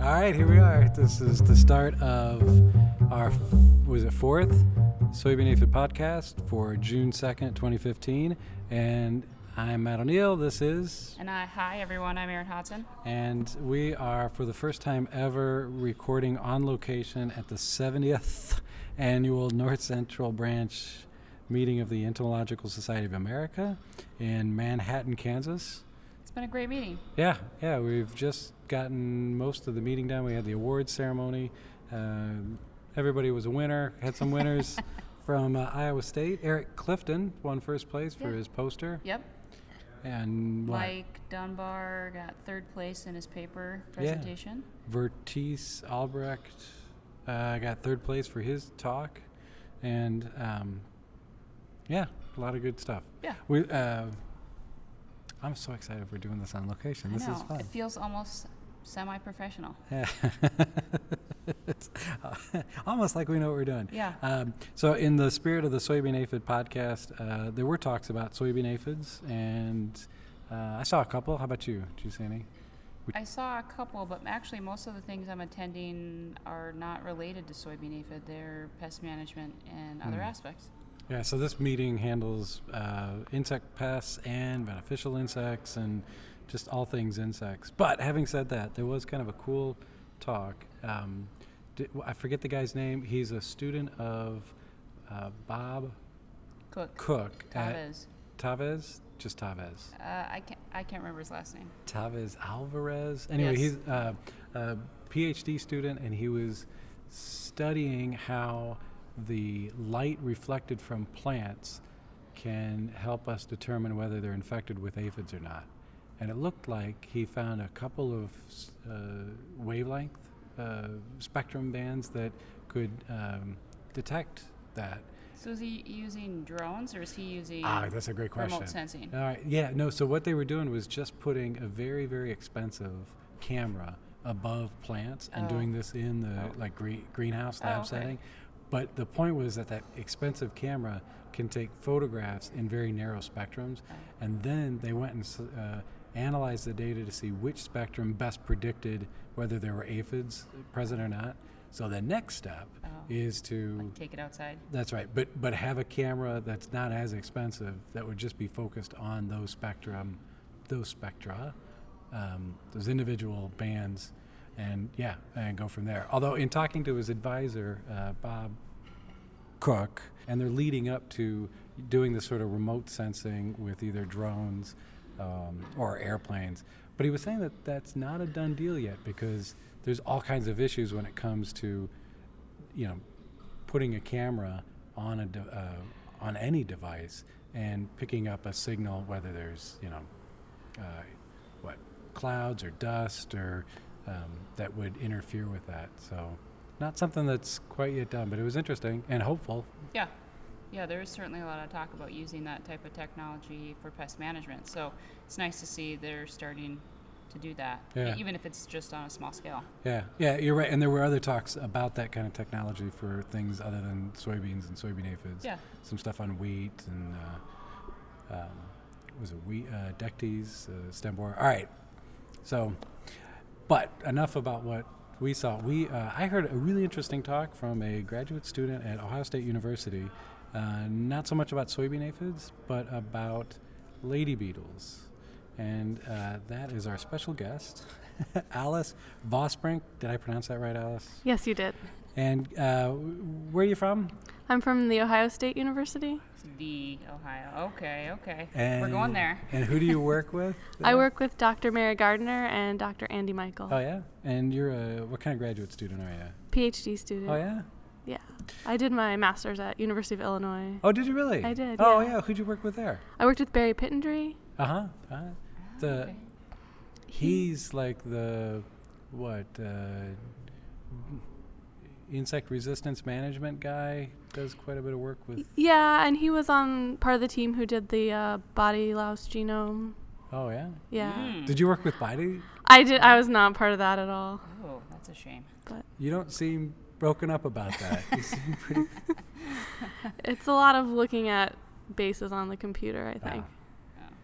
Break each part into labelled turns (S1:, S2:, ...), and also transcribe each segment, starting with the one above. S1: All right, here we are. This is the start of our was it fourth soybean aphid podcast for June second, twenty fifteen, and I'm Matt O'Neill. This is,
S2: And uh, hi, everyone. I'm Erin Hodson.
S1: and we are for the first time ever recording on location at the seventieth annual North Central Branch meeting of the Entomological Society of America in Manhattan, Kansas.
S2: It's been a great meeting.
S1: Yeah, yeah, we've just gotten most of the meeting done. We had the awards ceremony. Um, everybody was a winner. Had some winners from uh, Iowa State. Eric Clifton won first place for
S2: Yeah.
S1: his poster.
S2: Yep.
S1: And what?
S2: Mike Dunbar got third place in his paper presentation.
S1: Vertice Albrecht uh, got third place for his talk, and um, yeah, a lot of good stuff.
S2: Yeah.
S1: We. Uh, I'm so excited we're doing this on location. This
S2: I know.
S1: is fun.
S2: It feels almost semi professional.
S1: Yeah. it's almost like we know what we're doing.
S2: Yeah.
S1: Um, so, in the spirit of the soybean aphid podcast, uh, there were talks about soybean aphids, and uh, I saw a couple. How about you? Did you see any?
S2: I saw a couple, but actually, most of the things I'm attending are not related to soybean aphid. They're pest management and other
S1: Hmm.
S2: aspects.
S1: Yeah. So this meeting handles uh, insect pests and beneficial insects and just all things insects. But having said that, there was kind of a cool talk. Um, di- I forget the guy's name. He's a student of uh, Bob
S2: Cook.
S1: Cook at
S2: Chavez.
S1: Tavez, just Tavez.
S2: Uh, I can't. I can't remember his last name.
S1: Tavez Alvarez. Anyway,
S2: Yes.
S1: he's uh, a PhD student, and he was studying how the light reflected from plants can help us determine whether they're infected with aphids or not. And it looked like he found a couple of s- uh, wavelength uh, spectrum bands that could um, detect that.
S2: So is he using drones or is he using
S1: Ah, that's a great question.
S2: remote sensing?
S1: All right. Yeah. No. So what they were doing was just putting a very, very expensive camera above plants and
S2: Oh.
S1: doing this in the
S2: Oh.
S1: like green, greenhouse
S2: Oh,
S1: lab
S2: okay.
S1: setting. But the point was that that expensive camera can take photographs in very narrow spectrums,
S2: Oh,
S1: and then they went and s- uh, analyzed the data to see which spectrum best predicted whether there were aphids present or not. So the next step
S2: Oh.
S1: is to
S2: Like take it outside.
S1: that's right, but but have a camera that's not as expensive that would just be focused on those spectrum, those spectra, um, those individual bands, and yeah, and go from there. Although in talking to his advisor, uh, Bob Cook, and they're leading up to doing this sort of remote sensing with either drones um, or airplanes. But he was saying that that's not a done deal yet because there's all kinds of issues when it comes to, you know, putting a camera on a de- uh, on any device and picking up a signal, whether there's you know, uh, what clouds or dust or um, that would interfere with that. So, not something that's quite yet done, but it was interesting and hopeful.
S2: Yeah. Yeah, there is certainly a lot of talk about using that type of technology for pest management. So it's nice to see they're starting to do that, e-,
S1: Yeah.
S2: even if it's just on a small scale.
S1: Yeah, yeah, you're right. And there were other talks about that kind of technology for things other than soybeans and soybean aphids.
S2: Yeah.
S1: Some stuff on wheat and uh, um, was it wheat uh, dectes, uh, stem borer. All right. So, but enough about what we saw. We uh, I heard a really interesting talk from a graduate student at Ohio State University. Uh, not so much about soybean aphids, but about lady beetles. And uh, that is our special guest, Alice Vosbrink. Did I pronounce that right, Alice?
S3: Yes, you did.
S1: And uh, where are you from?
S3: I'm from The Ohio State University.
S2: The Ohio. Okay, okay. We're going
S1: And-
S2: there.
S1: And who do you work with?
S3: I
S1: there?
S3: work with Dr. Mary Gardner and Dr. Andy Michael,
S1: Oh yeah. And you're a what kind of graduate student are you?
S3: PhD student.
S1: Oh yeah.
S3: Yeah. I did my master's at University of Illinois.
S1: Oh, did you really?
S3: I did,
S1: Oh
S3: yeah.
S1: yeah. Who'd you work with there?
S3: I worked with Barry Pittendry.
S1: Uh huh. Uh, the
S2: okay.
S1: he's like the what uh, insect resistance management guy. Does quite a bit of work with.
S3: Yeah, and he was on part of the team who did the uh, body louse genome.
S1: Oh yeah.
S3: Yeah.
S2: Mm.
S1: Did you work with body?
S3: I did I was not part of that at all.
S2: Oh, that's a shame.
S3: But
S1: You don't seem broken up about that. you seem pretty.
S3: it's a lot of looking at bases on the computer, I think.
S1: Ah.
S2: Oh,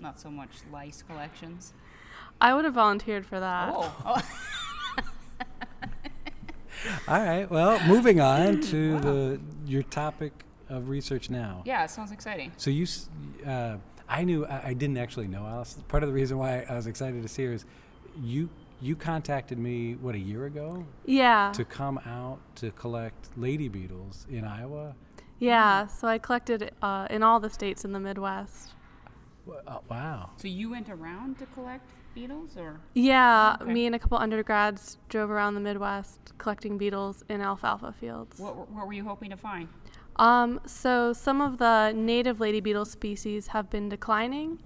S2: not so much lice collections. Uh.
S1: Oh.
S3: I would have volunteered for that.
S2: oh. oh.
S1: All right. Well, moving on to the your topic of research now.
S2: Yeah, it sounds exciting.
S1: So you, s- uh, I knew I, I didn't actually know Alice. Part of the reason why I was excited to see her is you you contacted me what a year ago
S3: Yeah.
S1: to come out to collect lady beetles in Iowa.
S3: Yeah. So I collected uh, in all the states in the Midwest.
S1: Wha- uh, wow.
S2: So you went around to collect beetles, or
S3: Yeah.
S2: Okay.
S3: Me and a couple undergrads drove around the Midwest collecting beetles in alfalfa fields.
S2: what, were- what were you hoping to find?
S3: Um, so some of the native lady beetle species have been declining.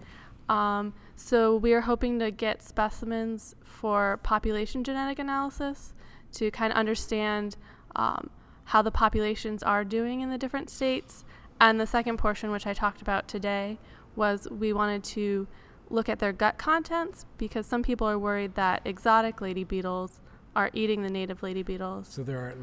S3: Um, so we are hoping to get specimens for population genetic analysis to kind of understand um, how the populations are doing in the different states. And the second portion, which I talked about today, was we wanted to look at their gut contents because some people are worried that exotic lady beetles are eating the native lady beetles.
S1: So there are.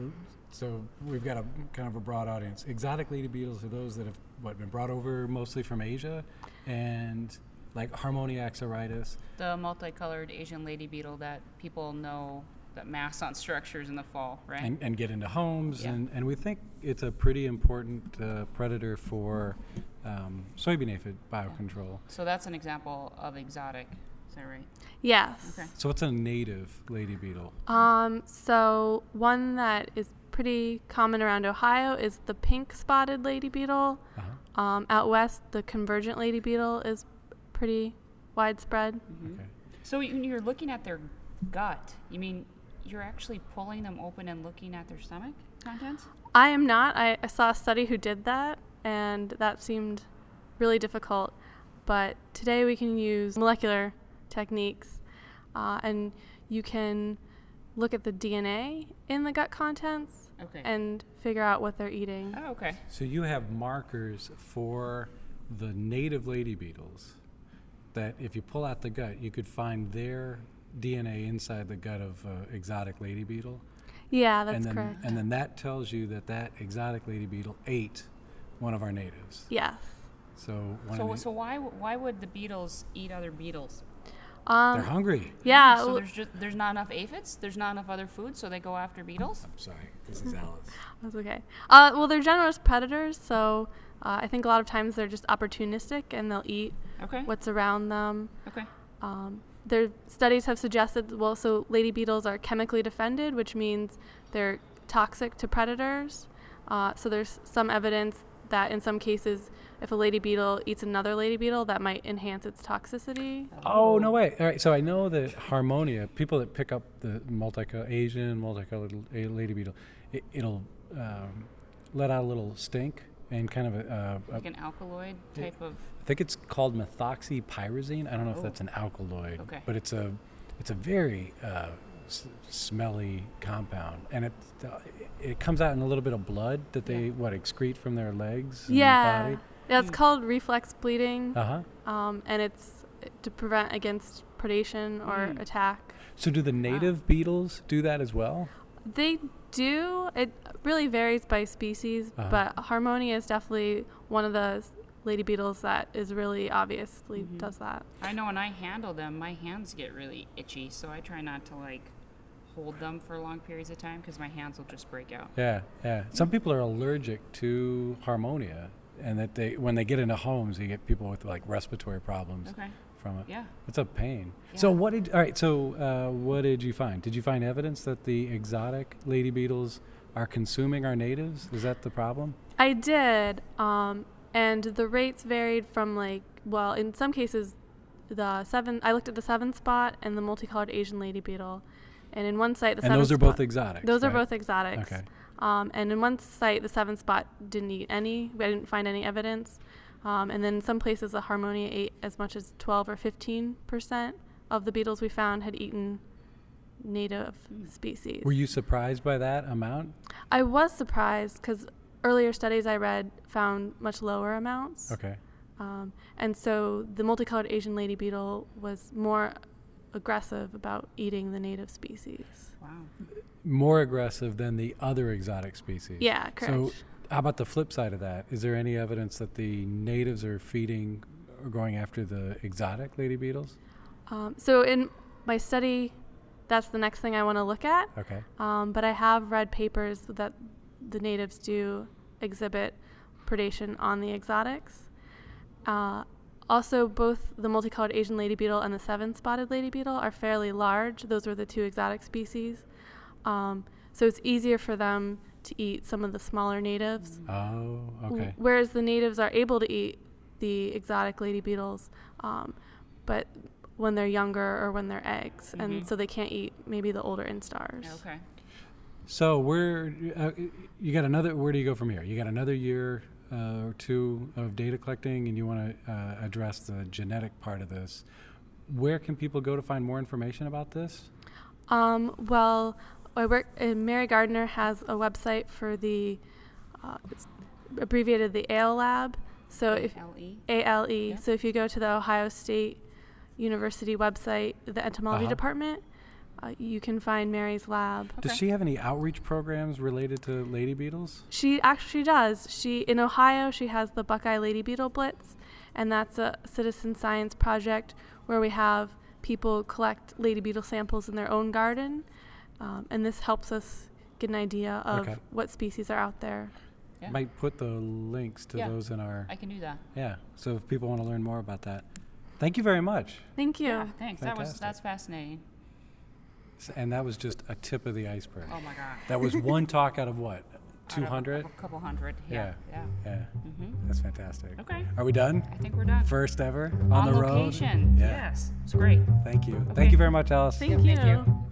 S1: So we've got a kind of a broad audience. Exotic lady beetles are those that have what been brought over mostly from Asia, and like Harmoniax iritis.
S2: The multicolored Asian lady beetle that people know that mass on structures in the fall, right?
S1: and, and get into homes.
S2: Yeah.
S1: And, and we think it's a pretty important uh, predator for um, soybean aphid biocontrol.
S2: so that's an example of exotic. Is that right?
S3: Yes.
S2: Okay.
S1: So it's a native lady beetle.
S3: Um, so one that is pretty common around Ohio is the pink spotted lady beetle.
S1: Uh-huh.
S3: Um, out west, the convergent lady beetle is pretty widespread.
S1: Okay.
S2: So you- you're looking at their gut. You mean you're actually pulling them open and looking at their stomach contents?
S3: I am not. I, I saw a study who did that, and that seemed really difficult. But today we can use molecular techniques, uh, and you can look at the DNA in the gut contents
S2: Okay.
S3: and figure out what they're eating.
S2: oh, okay.
S1: So you have markers for the native lady beetles that if you pull out the gut, you could find their DNA inside the gut of uh, exotic lady beetle.
S3: Yeah, that's
S1: and then,
S3: correct.
S1: And then that tells you that that exotic lady beetle ate one of our natives.
S3: Yes.
S1: So, one
S2: So,
S1: of the,
S2: so why w- why would the beetles eat other beetles?
S1: they're
S3: Um,
S1: hungry.
S3: yeah.
S2: So
S3: l-
S2: there's just there's not enough aphids. There's not enough other food, so they go after beetles.
S1: I'm sorry, this is Alice.
S3: that's okay. Uh, well, they're generous predators, so uh, I think a lot of times they're just opportunistic and they'll eat
S2: Okay.
S3: what's around them.
S2: Okay.
S3: Um, their studies have suggested, well, so lady beetles are chemically defended, which means they're toxic to predators. Uh, so there's some evidence that in some cases, if a lady beetle eats another lady beetle, that might enhance its toxicity.
S1: Oh no way! All right, so I know that harmonia, people that pick up the multicolor Asian multicolored l- a- lady beetle, it, it'll um, let out a little stink and kind of a, a, a
S2: Like an alkaloid type of.
S1: I think it's called methoxypyrazine. I don't know if
S2: Oh.
S1: that's an alkaloid,
S2: Okay.
S1: but it's a it's a very uh, s- smelly compound, and it uh, it comes out in a little bit of blood that they
S2: Yeah.
S1: what excrete from their legs. and
S3: Yeah.
S1: Body.
S3: yeah. It's called reflex bleeding.
S1: Uh huh.
S3: um, and it's to prevent against predation or
S2: Mm.
S3: attack.
S1: So do the native beetles do that as well?
S3: They do. It really varies by species,
S1: Uh-huh.
S3: but Harmonia is definitely one of the s- lady beetles that is really obviously does that.
S2: I know when I handle them, my hands get really itchy, so I try not to like hold them for long periods of time because my hands will just break out.
S1: Yeah, yeah. Some people are allergic to harmonia, and that they when they get into homes, you get people with like respiratory problems
S2: Okay.
S1: from it.
S2: Yeah.
S1: It's a pain. So
S2: Yeah.
S1: what did all right? So uh, what did you find? Did you find evidence that the exotic lady beetles are consuming our natives? Is that the problem?
S3: I did, um, and the rates varied from like well, in some cases, the seven. I looked at the seven spot and the multicolored Asian lady beetle, and in one site
S1: and
S3: the seven
S1: those are
S3: spot-
S1: both exotic.
S3: Those are both exotics.
S1: Okay.
S3: Um, and in one site, the seven spot didn't eat any. I didn't find any evidence. Um, and then some places, the Harmonia ate as much as 12 or 15 percent of the beetles we found had eaten native species.
S1: Were you surprised by that amount?
S3: I was surprised because earlier studies I read found much lower amounts.
S1: Okay.
S3: Um, and so the multicolored Asian lady beetle was more aggressive about eating the native species.
S2: Wow.
S1: More aggressive than the other exotic species.
S3: Yeah,
S1: So,
S3: correct.
S1: how about the flip side of that? Is there any evidence that the natives are feeding or going after the exotic lady beetles?
S3: Um, so in my study that's the next thing I want to look at.
S1: Okay.
S3: Um, but I have read papers that the natives do exhibit predation on the exotics. Uh, also, both the multicolored Asian lady beetle and the seven spotted lady beetle are fairly large. Those were the two exotic species. Um, so it's easier for them to eat some of the smaller natives.
S1: Oh,
S3: W-
S1: okay.
S3: Whereas the natives are able to eat the exotic lady beetles, um, but when they're younger or when they're eggs, and so they can't eat maybe the older instars.
S2: Okay.
S1: So where uh, you got another? Where do you go from here? You got another year uh, or two of data collecting, and you want to uh, address the genetic part of this. Where can people go to find more information about this?
S3: Um, well, I work. Uh, Mary Gardner has a website for the. Uh, it's abbreviated the Ale Lab. So if
S2: L-E.
S3: ALE.
S2: Yeah.
S3: So if you go to the Ohio State University website, the entomology
S1: Uh-huh.
S3: department, uh, you can find Mary's lab.
S2: Okay.
S1: Does she have any outreach programs related to lady beetles?
S3: She actually does. She in Ohio, she has the Buckeye Lady Beetle Blitz, and that's a citizen science project where we have people collect lady beetle samples in their own garden, um, and this helps us get an idea of
S1: Okay.
S3: what species are out there.
S2: Yeah.
S1: Might put the links to
S2: Yeah.
S1: those in our
S2: I can do that.
S1: yeah. So if people want to learn more about that, thank you very much.
S3: Thank you.
S2: Yeah, thanks. That was
S1: Fantastic.
S2: that's fascinating.
S1: S- And that was just a tip of the iceberg.
S2: Oh my god.
S1: That was one talk out of what,
S2: Out of
S1: two
S2: a-
S1: hundred?
S2: A couple hundred. Yeah. Yeah.
S1: Yeah,
S2: Mm-hmm.
S1: that's fantastic.
S2: Okay.
S1: Are we done?
S2: I think we're done.
S1: First ever on, the road.
S2: location.
S1: Yeah.
S2: Yes. It's great.
S1: Thank you.
S2: Okay.
S1: Thank you very much, Alice.
S3: Thank,
S2: Yeah,
S3: you.
S2: thank you.